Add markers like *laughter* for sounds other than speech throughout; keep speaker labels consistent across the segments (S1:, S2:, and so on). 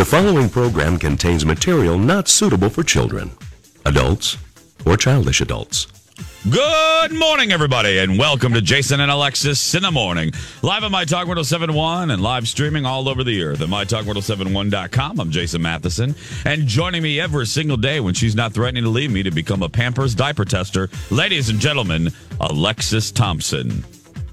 S1: The following program contains material not suitable for children, adults, or childish adults.
S2: Good morning, everybody, and welcome to Jason and Alexis in the morning. Live on My Talk oh World 71 and live streaming all over the earth at oh MyTalkWorld71.com. I'm Jason Matheson, and joining me every single day when she's not threatening to leave me to become a Pampers diaper tester, ladies and gentlemen, Alexis Thompson.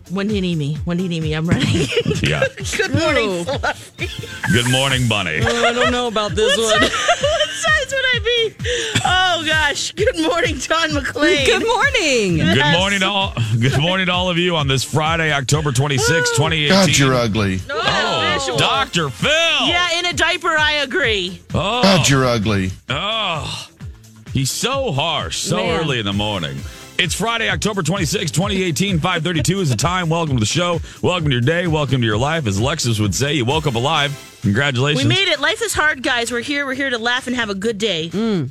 S3: When do you need me? When do you need me? I'm ready.
S2: Yeah.
S4: *laughs* Good morning.
S3: Ooh.
S4: Fluffy.
S2: Good morning, Bunny.
S3: Oh, I don't know about this
S4: What
S3: one.
S4: size what size would I be? Oh gosh. Good morning, Don McLean.
S3: Good morning.
S2: Good morning, to all. Good morning to all of you on this Friday, October 26, 2018.
S5: God, you're ugly.
S4: No,
S2: Oh,
S4: visual.
S2: Dr. Phil.
S4: Yeah, in a diaper, I agree.
S2: Oh.
S5: God, you're ugly.
S2: Oh, he's so harsh so
S3: Man.
S2: early in the morning. It's Friday, October 26, 2018, 532 is the time. Welcome to the show. Welcome to your day. Welcome to your life. As Alexis would say, you woke up alive. Congratulations.
S4: We made it. Life is hard, guys. We're here. We're here to laugh and have a good day.
S2: Mm.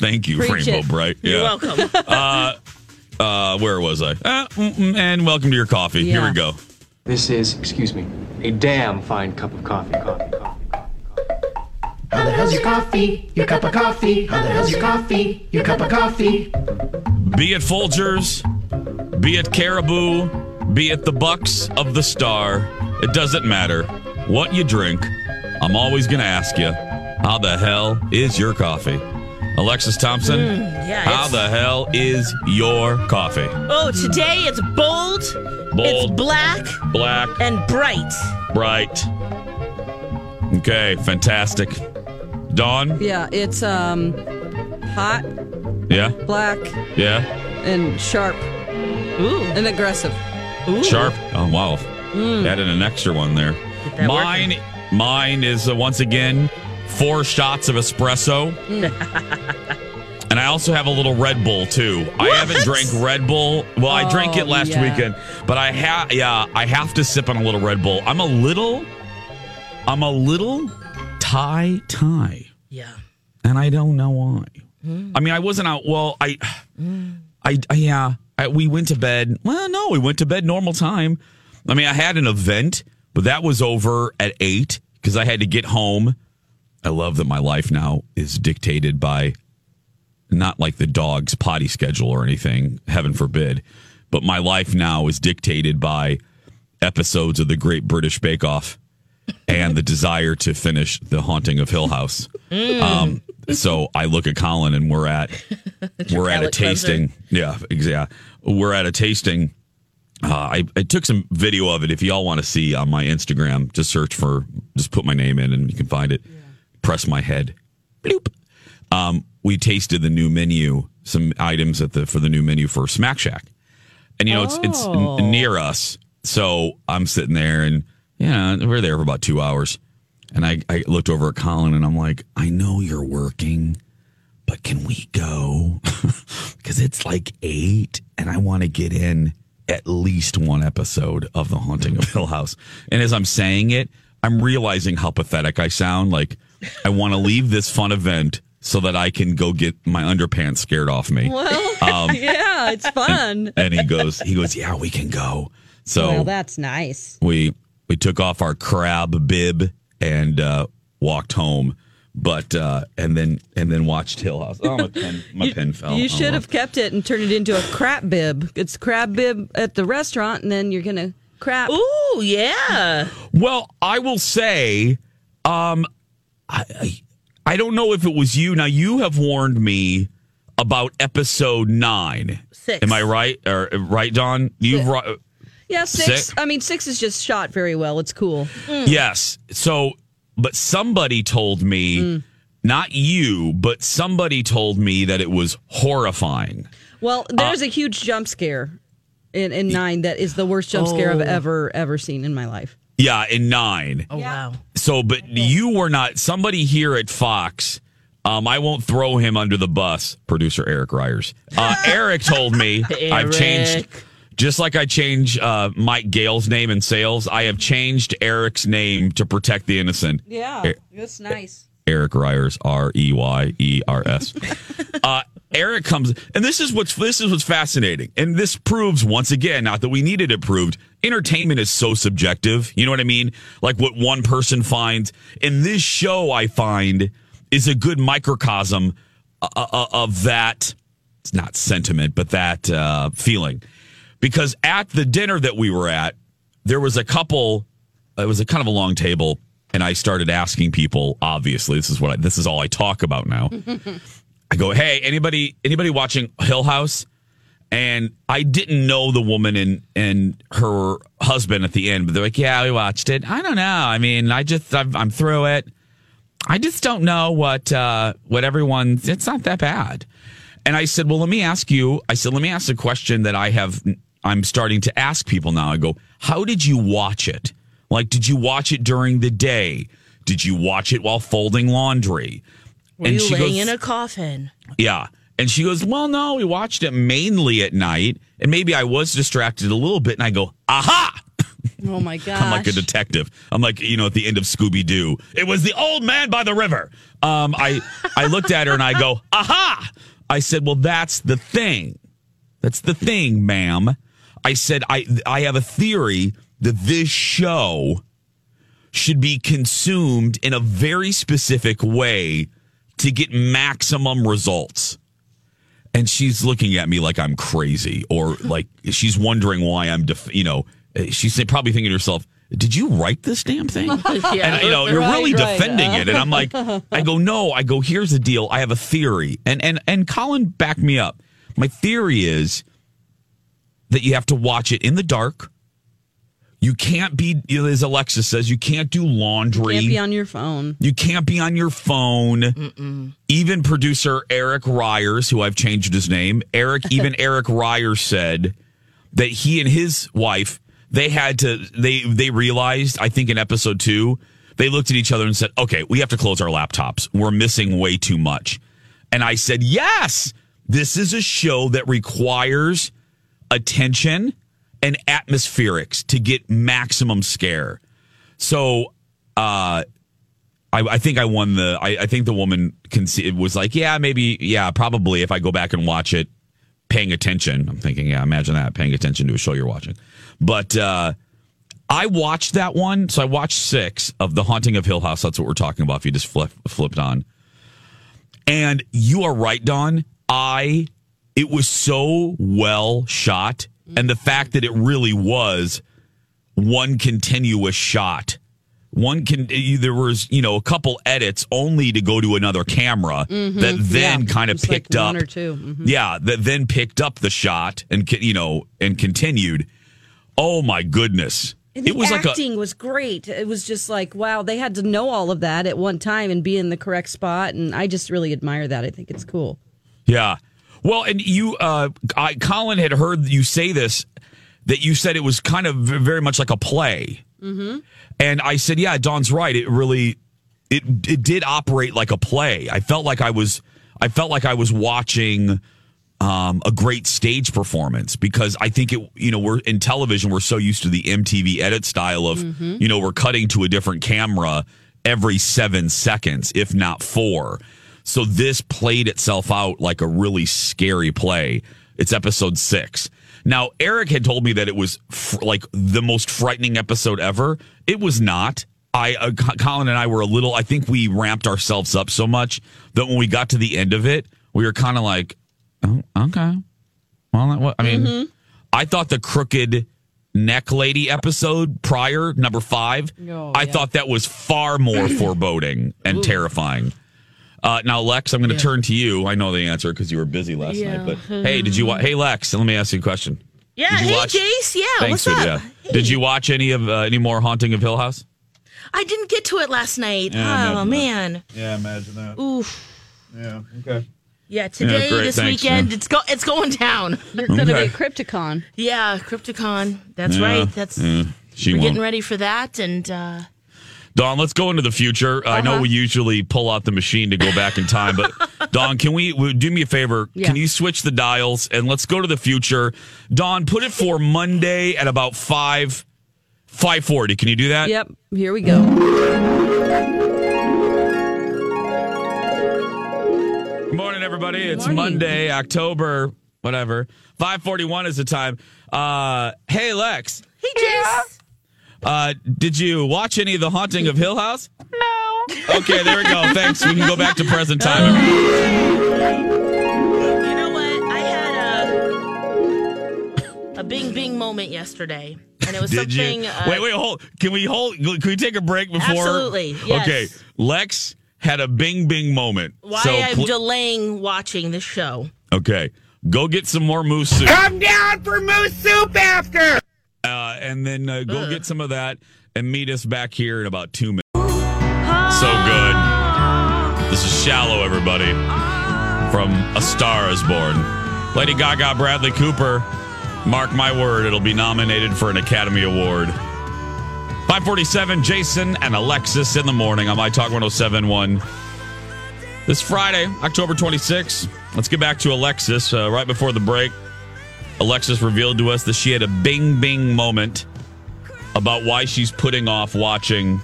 S2: Thank you,
S3: Preach
S2: Rainbow
S3: it.
S2: Bright.
S4: You're
S2: Yeah.
S4: welcome.
S2: *laughs* Uh, where was I? Uh, mm, mm, and welcome to your coffee. Here
S3: Yeah.
S2: we go.
S6: This is, excuse me, a damn fine cup of coffee, coffee, coffee, coffee.
S7: How the hell's your coffee? Your cup of coffee? How the hell's your coffee? Your cup of coffee?
S2: Be it Folgers, be it Caribou, be it the Bucks of the Star, it doesn't matter what you drink. I'm always going to ask you, how the hell is your coffee? Alexis Thompson,
S4: yeah,
S2: how
S4: Mm, it's-
S2: the hell is your coffee?
S4: oh, today it's bold, it's
S2: Bold,
S4: black,
S2: black,
S4: and bright.
S2: bright. Okay, fantastic. Dawn?
S3: Yeah, it's um hot,
S2: Yeah,
S3: black,
S2: yeah.
S3: and sharp
S4: Ooh.
S3: and aggressive.
S2: Sharp. Oh, wow. Added an extra one there.
S4: Mm. that
S2: Mine, mine is uh, once again four shots of espresso. and I also have a little Red Bull too. I haven't drank Red Bull. Well, I drank
S3: Oh,
S2: it last
S3: yeah.
S2: weekend, but I have yeah, I have to sip on a little Red Bull. I'm a little I'm a little tie tie
S4: Yeah.
S2: and I don't know why. I mean, I wasn't out. Well, I, I, I- yeah, I, we went to bed. Well, no, we went to bed normal time. I mean, I had an event, but that was over at eight because I had to get home. I love that my life now is dictated by not like the dog's potty schedule or anything, heaven forbid, but my life now is dictated by episodes of the Great British Bake Off and the desire to finish The Haunting of Hill House. Um, so I look at Colin and we're at we're at a
S4: palate cleanser.
S2: tasting. Yeah, ex- yeah. We're at a tasting. Uh, I, I took some video of it. If y'all want to see on my Instagram, just search for, just put my name in and you can find it. Press my head. Bloop. Um, we tasted the new menu, some items at the for the new menu for Smack Shack, and you know it's it's n- near us. So I'm sitting there, and yeah, we we're there for about two hours, and I I looked over at Colin, and I'm like, I know you're working but can we go? *laughs* Because it's like eight, and I want to get in at least one episode of The Haunting of Hill House. And as I'm saying it, I'm realizing how pathetic I sound. Like, I want to leave this fun event so that I can go get my underpants scared off me.
S3: Well, yeah, it's fun.
S2: *laughs* And he goes, he goes, yeah, we can go. So
S3: that's nice.
S2: we we took off our crab bib and uh, walked home. But uh, and then and then watched Hill House.
S3: *laughs*
S2: Oh my pen, my pen fell.
S3: You
S2: Oh,
S3: should
S2: well.
S3: have kept it and turned it into a crap bib. It's crab bib at the restaurant, and then you're gonna crap.
S4: Ooh, yeah.
S2: Well, I will say, um, I, I I don't know if it was you. Now you have warned me about episode nine.
S4: Six.
S2: Am I right? Or right, Don? You've ri-
S3: Yeah, six.
S2: Sick.
S3: I mean, six is just shot very well. It's cool.
S4: *laughs*
S2: yes. So, but somebody told me.
S4: Mm.
S2: Not you, but somebody told me that it was horrifying.
S3: Well,
S2: Uh.
S3: there's a huge jump scare in, in nine that is the worst jump scare
S2: Oh.
S3: I've ever ever seen in my life.
S2: Yeah, in nine.
S4: Oh, wow.
S2: So, but you were not. Somebody here at Fox. Um, I won't throw him under the bus. Producer Eric Ryers.
S4: *laughs*
S2: Uh, Eric told me I've changed.
S4: Eric.
S2: Just like I change uh, Mike Gale's name in sales, I have changed Eric's name to protect the innocent.
S3: Yeah, that's nice.
S2: Eric Ryers, R E Y E R S. Uh, Eric comes, and this is what's this is what's fascinating, and this proves once again, not that we needed it proved. Entertainment is so subjective. You know what I mean? Like what one person finds, and this show I find is a good microcosm uh, uh, of that. It's not sentiment, but that uh, feeling, because at the dinner that we were at, there was a couple it was a kind of a long table and i started asking people obviously this is what I, this is all i talk about now i go hey anybody anybody watching hill house and i didn't know the woman and and her husband at the end but they're like yeah we watched it i don't know i mean i just i'm, I'm through it i just don't know what uh what everyone's it's not that bad and i said well let me ask you i said let me ask a question that i have i'm starting to ask people now i go how did you watch it like, did you watch it during the day? Did you watch it while folding laundry?
S4: Were you laying in a coffin?
S2: Yeah. And she goes, Well, no, we watched it mainly at night. And maybe I was distracted a little bit. And I go, Aha!
S3: Oh my gosh.
S2: I'm like a detective. I'm like, you know, at the end of Scooby Doo, it was the old man by the river. Um, I, I looked at her and I go, Aha! I said, Well, that's the thing. That's the thing, ma'am. I said, I, I have a theory that this show should be consumed in a very specific way to get maximum results. And she's looking at me like I'm crazy or like she's wondering why I'm, def- you know, eh, she's probably thinking to herself, did you write this damn thing?
S3: *laughs*
S2: and you know, you're
S3: Right,
S2: really
S3: right,
S2: defending it. And I'm
S3: *laughs*
S2: like, I go, no, I go, here's the deal. I have a theory. And, and, and Colin backed me up. My theory is that you have to watch it in the dark. You can't be, you know, as Alexis says, you can't do laundry.
S3: Can't be on your phone.
S2: You can't be on your phone. Even producer Eric Ryers, who I've changed his name, Eric, even Eric Ryers said that he and his wife, they had to, they, they realized, I think in episode two, they looked at each other and said, okay, we have to close our laptops. We're missing way too much. And I said, yes, this is a show that requires attention and atmospherics to get maximum scare. So, uh, I, I think I won the. I, I think the woman can see it was like, yeah, maybe, yeah, probably. If I go back and watch it, paying attention, I'm thinking, yeah, imagine that, paying attention to a show you're watching. But uh, I watched that one, so I watched six of The Haunting of Hill House. That's what we're talking about. If you just flip, flipped on, and you are right, Don. I it was so well shot, and the fact that it really was one continuous shot. One can eh, there was you know a couple edits only to go to another camera
S3: Mm-hmm.
S2: that then kind of
S3: It's like
S2: picked up
S3: one or 2 Mhm.
S2: Mm-hmm. yeah, that then picked up the shot and co- you know and continued. Oh my goodness!
S3: And the
S2: It was like a
S3: acting was great. It was just like wow, they had to know all of that at one time and be in the correct spot. And I just really admire that. I think it's cool.
S2: yeah. Well, and you, uh, I, Colin had heard you say this that you said it was kind of v- very much like a play, mm-hmm. and I said, yeah, Don's right. It really it it did operate like a play. I felt like I was I felt like I was watching um, a great stage performance because I think it you know we're in television we're so used to the MTV edit style of you know we're cutting to a different camera every seven seconds if not four. So this played itself out like a really scary play. It's episode six. Now Eric had told me that it was fr- like the most frightening episode ever. It was not. I uh, Co- Colin and I were a little. I think we ramped ourselves up so much that when we got to the end of it, we were kind of
S3: Mm-hmm.
S2: like, "Oh, okay." Well, that- what- I mean, I thought the crooked neck lady episode prior, number five,
S3: Oh,
S2: I
S3: yeah.
S2: thought that was far
S3: *clears throat*
S2: more foreboding and terrifying. Uh, now, Lex, I'm going to turn to you. I know the answer because you were busy last night. But hey, did you? Wa- hey, Lex, let me ask you a question.
S4: Yeah,
S2: Did you
S4: hey
S2: watch-
S4: Jace, yeah,
S2: Thanks,
S4: what's
S2: sweetie,
S4: up?
S2: yeah. Did you watch any of uh, any more Haunting of Hill House?
S4: I didn't get to it last night.
S2: imagine
S4: oh
S2: that.
S4: man.
S5: Yeah, imagine that.
S4: Oof.
S5: Yeah. Okay.
S4: Yeah, today,
S2: great,
S4: this
S2: thanks,
S4: weekend,
S2: yeah.
S4: it's go it's going down.
S3: You're going to
S2: Okay.
S3: be Crypticon.
S4: Yeah, Crypticon. That's
S2: Yeah,
S4: right. That's
S2: yeah, she
S4: we're
S2: won't.
S4: getting ready for that and uh
S2: Don, let's go into the future. I
S4: Uh-huh.
S2: know we usually pull out the machine to go back in time,
S4: *laughs*
S2: but Don, can we w- do me a favor?
S3: Yeah.
S2: Can you switch the dials and let's go to the future? Don, put it for Monday at about five five forty. Can you do that?
S3: Yep, here we go.
S2: Good morning, everybody. it's
S3: morning.
S2: Monday, October whatever. Five forty one is the time. Uh, hey, Lex.
S4: Hey Jace.
S2: Uh, did you watch any of The Haunting of Hill House? No. Okay, there we
S4: *laughs*
S2: go. Thanks. We can go back to present time.
S4: You know what? I had a a bing bing moment yesterday. And it
S2: *laughs*
S4: was
S2: Did
S4: something
S2: you?
S4: uh,
S2: wait, wait, hold. Can we hold? Can we take a break before?
S4: Absolutely, yes.
S2: Okay. Lex had a bing bing moment.
S4: why
S2: So
S4: I'm
S2: pl-
S4: delaying watching this show.
S2: okay. Go get some more moose soup,
S5: Come down for moose soup after.
S2: uh, and then uh, go get some of that, and meet us back here in about two minutes. So good. This is shallow, everybody. From A Star Is Born, Lady Gaga, Bradley Cooper. Mark my word, it'll be nominated for an Academy Award. 547, Jason and Alexis in the morning on My Talk 1071. This Friday, October 26th, let's get back to Alexis. Uh, right before the break, Alexis revealed to us that she had a bing bing moment about why she's putting off watching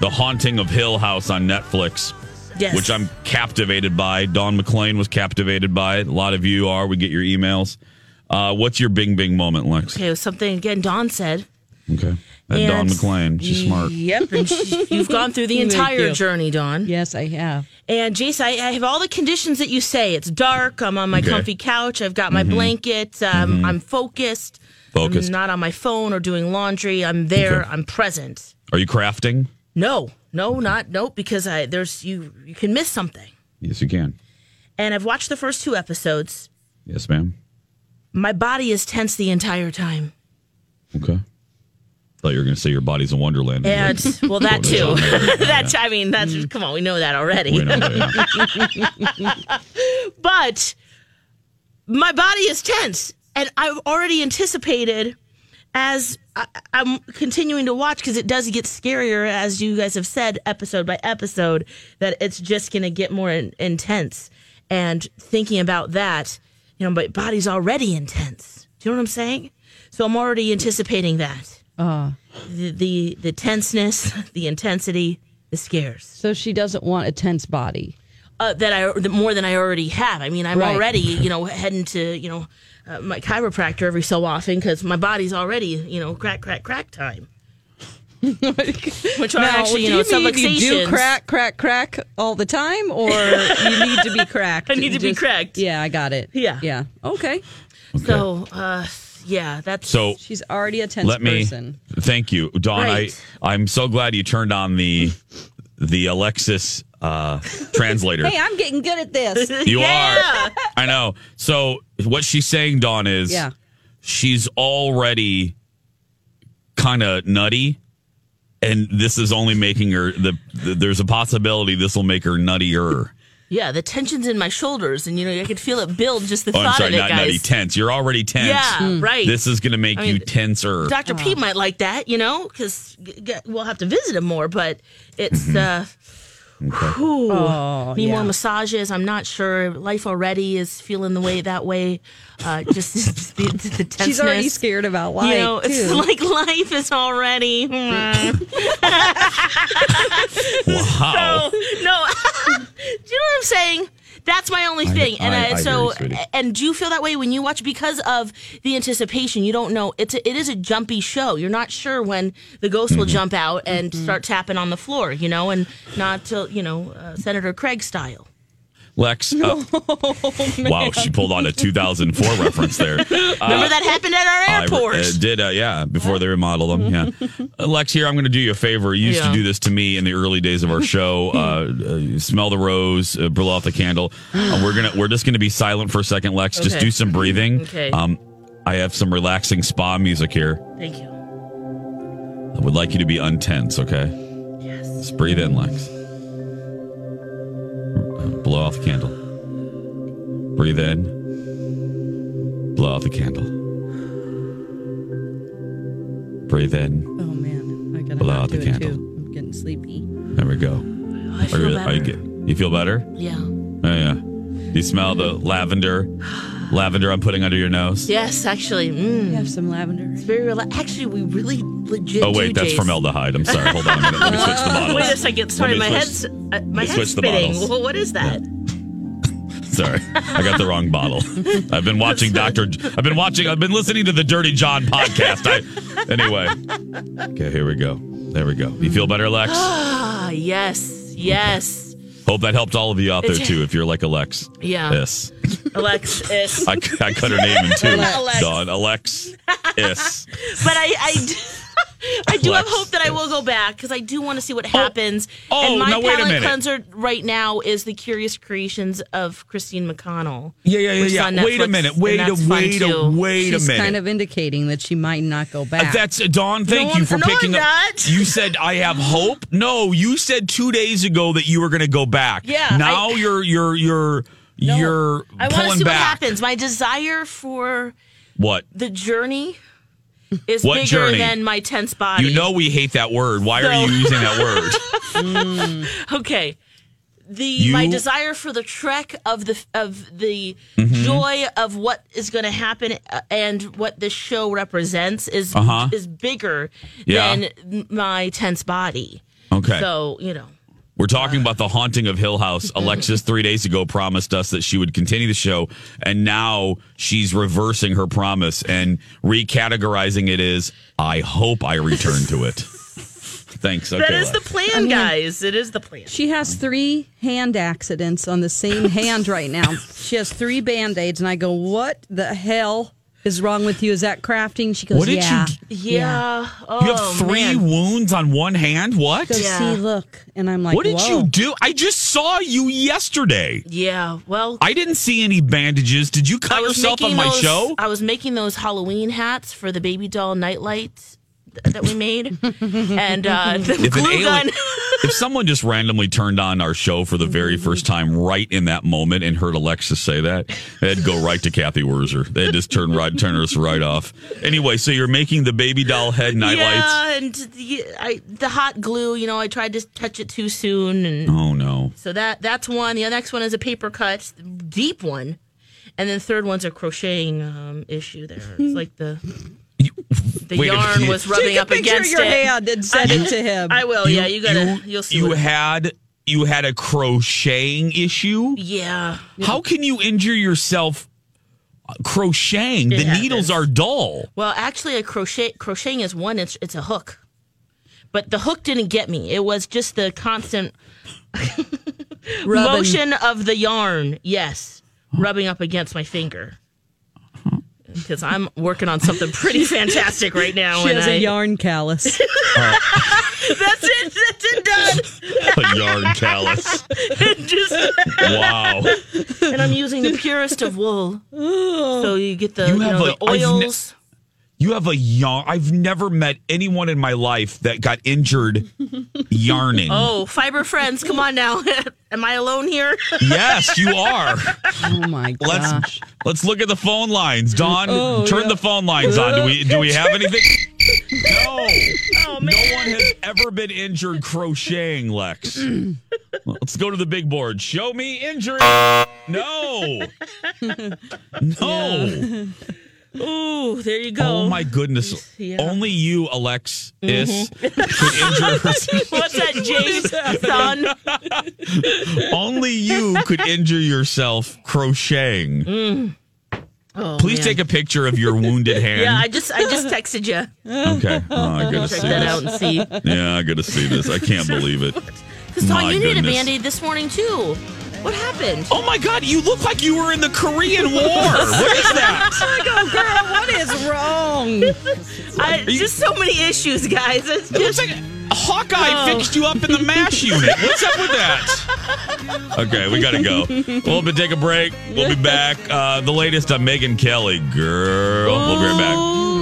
S2: The Haunting of Hill House on Netflix
S4: Yes.
S2: which I'm captivated by. Don McLean was captivated by it. A lot of you are. We get your emails. Uh, what's your Bing Bing moment, Lex?
S4: Okay, it was something again Don said.
S2: Okay. That Don
S4: And-
S2: McLean. She's smart.
S4: Yep, and she- you've gone through the
S3: *laughs* Thank
S4: entire
S3: you.
S4: journey, Don.
S3: Yes, I have.
S4: And Jace, I, I have all the conditions that you say. It's dark. I'm on my
S2: Okay. Mm-hmm.
S4: comfy couch. I've got my blanket. Um, I'm focused.
S2: Focused.
S4: I'm not on my phone or doing laundry. I'm there.
S2: Okay.
S4: I'm present.
S2: Are you crafting?
S4: No, no, not no, because I there's you you can miss something.
S2: Yes, you can.
S4: And I've watched the first two episodes.
S2: Yes, ma'am.
S4: My body is tense the entire time.
S2: Okay. Thought you were going to say your body's a wonderland. *laughs*
S4: And well, that too. *laughs* That's I mean, that's come on. We know that already.
S2: Mm. We know that,
S4: *laughs*
S2: yeah.
S4: but my body is tense and i've already anticipated as I, i'm continuing to watch because it does get scarier as you guys have said episode by episode that it's just going to get more in, intense and thinking about that you know my body's already intense do you know what i'm saying so i'm already anticipating that the, the the tenseness *laughs* the intensity the scares
S3: So she doesn't want a tense *laughs* body.
S4: uh, that I that more than I already have. I mean, I'm
S3: Right.
S4: already you know heading to you know uh, my chiropractor every so often because my body's already you know crack crack crack time. Which are actually you know
S3: do you mean
S4: subluxations.
S3: you do crack, crack, crack all the time, or you need to be *laughs* cracked?
S4: I need to be cracked.
S3: Yeah, I got it.
S4: Yeah.
S3: yeah. Okay,
S4: So uh, yeah, that's
S2: So
S3: she's already a tense
S2: let me.
S3: person.
S2: Thank you, Don.
S4: Right.
S2: I I'm so glad you turned on the the Alexis uh, translator.
S3: Hey, I'm getting good at this. *laughs*
S2: You
S4: Yeah.
S2: are. I know. So what she's saying, Dawn, is
S3: Yeah.
S2: she's already kind of nutty, and this is only making her the. the there's a possibility this will make her nuttier.
S4: yeah the tensions in my shoulders and you know I could feel it build just the
S2: Oh,
S4: thought
S2: I'm sorry,
S4: of it,
S2: not
S4: guys.
S2: nutty, tense. You're already tense.
S4: Yeah,
S3: Hmm.
S4: right.
S2: This is going to make
S4: I
S2: you
S4: mean,
S2: tenser.
S4: Dr. Pete might like that, you know, because g- g- we'll have to visit him more, but it's, uh, whew,
S3: Oh,
S4: need more massages. I'm not sure. Life already is feeling the way that way. Uh, just, *laughs* just the, the tenseness.
S3: She's already scared about life.
S4: You know,
S3: too.
S4: it's *laughs* like life is already. Mm.
S2: wow.
S4: *laughs* no, do you know what I'm saying? That's my only thing, and
S2: I-
S4: I,
S2: I hear
S4: so
S2: you, sweetie.
S4: and do you feel that way when you watch because of the anticipation? You don't know it's a, it is a jumpy show. You're not sure when the ghost
S2: Mm-hmm.
S4: will jump out and start tapping on the floor, you know, and not till you know uh, Senator Craig style.
S2: Lex.
S4: *laughs*
S2: Uh,
S3: Oh,
S2: wow, she pulled on a 2004 reference
S4: *laughs*
S2: there. Uh,
S4: Remember that happened at our
S2: I re-
S4: airport.
S2: uh, did, uh, yeah, before they remodeled them.
S4: *laughs*
S2: Yeah. Uh, Lex, here, I'm going to do you a favor. You used
S4: Yeah.
S2: to do this to me in the early days of our show. Uh, uh, you smell the rose, uh, blow out the
S4: *gasps*
S2: candle. Uh, we're going to, we're just going to be silent for a second, Lex. Just
S4: Okay.
S2: do some breathing.
S4: Okay.
S2: Um, I have some relaxing spa music here.
S4: Thank you. Oh,
S2: I would like you to be untense, okay?
S4: Yes.
S2: Just breathe in, Lex. Blow out the candle. Breathe in. Blow out the candle. Breathe in.
S3: Oh man, I gotta
S2: Blow
S3: not
S2: out
S3: do
S2: the
S3: it
S2: candle.
S3: too. I'm getting sleepy.
S2: There we go.
S4: I
S2: Are
S4: feel
S2: you,
S4: better.
S2: are you, get- you feel better?
S4: yeah.
S2: Oh, yeah. You smell the lavender. Lavender I'm putting under your nose.
S4: Yes, actually. Mm.
S3: You have some lavender.
S4: Very rela- Actually, we really legit.
S2: Oh, wait,
S4: do
S2: that's
S4: Jace.
S2: formaldehyde. I'm sorry. Hold on a minute. Let
S4: *laughs*
S2: me switch the bottles.
S4: Wait a second. Sorry,
S2: me
S4: my head's
S2: switch-
S4: uh, my
S2: me
S4: head's
S2: switch the
S4: spinning. *laughs*
S2: bottles.
S4: Well, what is that?
S2: Sorry, I got the wrong bottle. I've been watching Doctor. I've been watching. I've been listening to the Dirty John podcast. I, anyway. Okay, here we go. There we go. You feel better,
S4: *gasps*
S2: Lex?
S4: Ah, yes, yes.
S2: Hope that helped all of you out there too. If you're like Alex,
S4: Yeah.
S2: yes,
S4: Alexis.
S2: I, I cut her name in two.
S4: Alex.
S2: Dawn, Alex, yes.
S4: *laughs* but I, I, d- *laughs* I do have
S2: Lex.
S4: hope that I will go back because I do want to see what happens.
S2: Oh,
S4: and my
S2: now wait a
S4: palate
S2: minute.
S4: cleanser right now is the Curious Creations of Christine McConnell.
S2: Yeah, yeah, yeah,
S4: which is
S2: yeah.
S4: on
S2: Wait a
S4: Netflix,
S2: minute.
S4: and
S2: Wait a
S4: that's fun,
S2: wait a
S4: too.
S2: wait a
S3: She's
S2: minute. Uh,
S3: kind of indicating that she might not go back.
S2: That's Dawn. Thank
S4: I'm-
S2: you for
S4: no,
S2: picking up.
S4: I'm not.
S2: You said I have hope. No, you said two days ago that you were going to go back.
S4: Yeah,
S2: Now
S4: I-
S2: you're you're you're you're
S4: I want to
S2: pulling
S4: see what
S2: back.
S4: happens. My desire for
S2: What?
S4: the journey is
S2: What
S4: bigger
S2: journey?
S4: than my tense body.
S2: You know we hate that word. Why are you
S4: So-
S2: using that
S4: *laughs*
S2: word?
S4: okay the
S2: You-
S4: my desire for the trek of the of the
S2: Mm-hmm.
S4: joy of what is going to happen uh, and what this show represents is
S2: Uh-huh.
S4: is bigger
S2: Yeah.
S4: than my tense body
S2: Okay.
S4: so you know
S2: We're talking about the haunting of Hill
S4: *laughs*
S2: House. Alexis three days ago promised us that she would continue the show, and now she's reversing her promise and recategorizing it as I hope I return to
S4: *laughs*
S2: it. Thanks. Okay,
S4: that is the
S2: Lex.
S4: plan guys it is the plan
S3: She has three hand accidents on the
S2: *laughs*
S3: same hand right now. She has three band aids, and I go, "What the hell is wrong with you? Is that crafting?" She goes,
S2: What did you
S3: "Yeah."
S2: do?
S4: yeah, oh
S2: You have three
S4: man.
S2: wounds on one hand. What?
S3: Goes,
S4: Yeah.
S3: "See, look," and I'm like,
S2: What did
S3: "Whoa."
S2: you do? I just saw you yesterday.
S4: yeah well
S2: I didn't see any bandages. Did you
S4: I
S2: cut
S4: was
S2: yourself on
S4: making
S2: my
S4: those-
S2: show?
S4: I was making those Halloween hats for the baby doll nightlight th- that we made,
S2: *laughs*
S4: and uh, the
S2: If an
S4: glue
S2: alien,
S4: gun.
S2: if someone just randomly turned on our show for the very
S4: Mm-hmm.
S2: first time, right in that moment, and heard Alexis say that, they'd go right to Kathy Werzer. They'd just turn right, turn us right off. Anyway, so you're making the baby doll head nightlights.
S4: Yeah, and the, I, the hot glue. You know, I tried to touch it too soon, and
S2: Oh no.
S4: so that that's one. The next one is a paper cut, deep one, and then third one's a crocheting um, issue. There, it's like the the
S2: wait a
S4: yarn
S2: minute.
S4: was rubbing
S3: Hmm. Take a
S4: up
S3: picture of
S4: against
S3: your
S4: it.
S3: hand and send it to *laughs* him.
S4: I will. Oh, yeah, you gotta. You, will see.
S2: you
S4: what-
S2: had you had a crocheting issue.
S4: yeah.
S2: How can you injure yourself crocheting? the
S4: happens.
S2: needles are dull.
S4: Well, actually, a crochet crocheting is one. It's it's a hook, but the hook didn't get me. It was just the *laughs* constant
S3: Rubbing.
S4: motion of the yarn. Yes, rubbing up against my finger. Because I'm working on something *laughs* pretty fantastic right now.
S3: She
S4: and
S3: has a
S4: I-
S3: yarn *laughs*
S4: *laughs*
S3: callus.
S4: That's it. That's it. Done.
S2: A yarn callus.
S4: *laughs* Just,
S2: Wow.
S4: and I'm using the purest of wool, so you get the
S2: You
S4: Oh. you,
S2: have
S4: know,
S2: a-
S4: the
S2: I've ne-
S4: oils.
S2: You have a yarn. I've never met anyone in my life that got injured yarning.
S4: oh, fiber friends, come on now. *laughs* Am I alone here?
S2: Yes, you are.
S3: oh my
S2: Let's
S3: gosh!
S2: let's look at the phone lines. Don,
S4: Oh,
S2: turn the phone lines on. Do we do we have anything? No.
S4: *laughs* Oh,
S2: No one has ever been injured crocheting, Lex. let's go to the big board. Show me injury.
S4: *laughs*
S2: No. No.
S4: *laughs* Ooh, there you go.
S2: Oh my goodness! Only you, Alex, is
S4: Mm-hmm.
S2: could injure. yourself.
S4: *laughs* What's that, James? Son?
S2: Only you could injure yourself crocheting.
S3: Oh,
S2: Please take a picture of your wounded hand.
S4: Mm-hmm. *laughs* Yeah, I just I just texted you.
S2: okay. Oh, I gotta see
S4: Check that out
S2: this.
S4: and
S2: *laughs*
S4: see.
S2: Yeah, I gotta see this. I can't believe it.
S4: Because
S2: My
S4: you need a
S2: goodness.
S4: band aid this morning too. What happened?
S2: Oh my God, you look like you were in the Korean War. what *laughs* is that?
S3: I go, girl, what is wrong?
S4: *laughs* I,
S2: you-
S4: just so many issues, guys. It's
S2: It looks
S4: just,
S2: like Hawkeye fixed you up in the MASH unit. What's up with that? Okay, we got to go. We'll be, take a break. We'll be back. Uh, the latest on Megan Kelly. Girl, we'll be right back.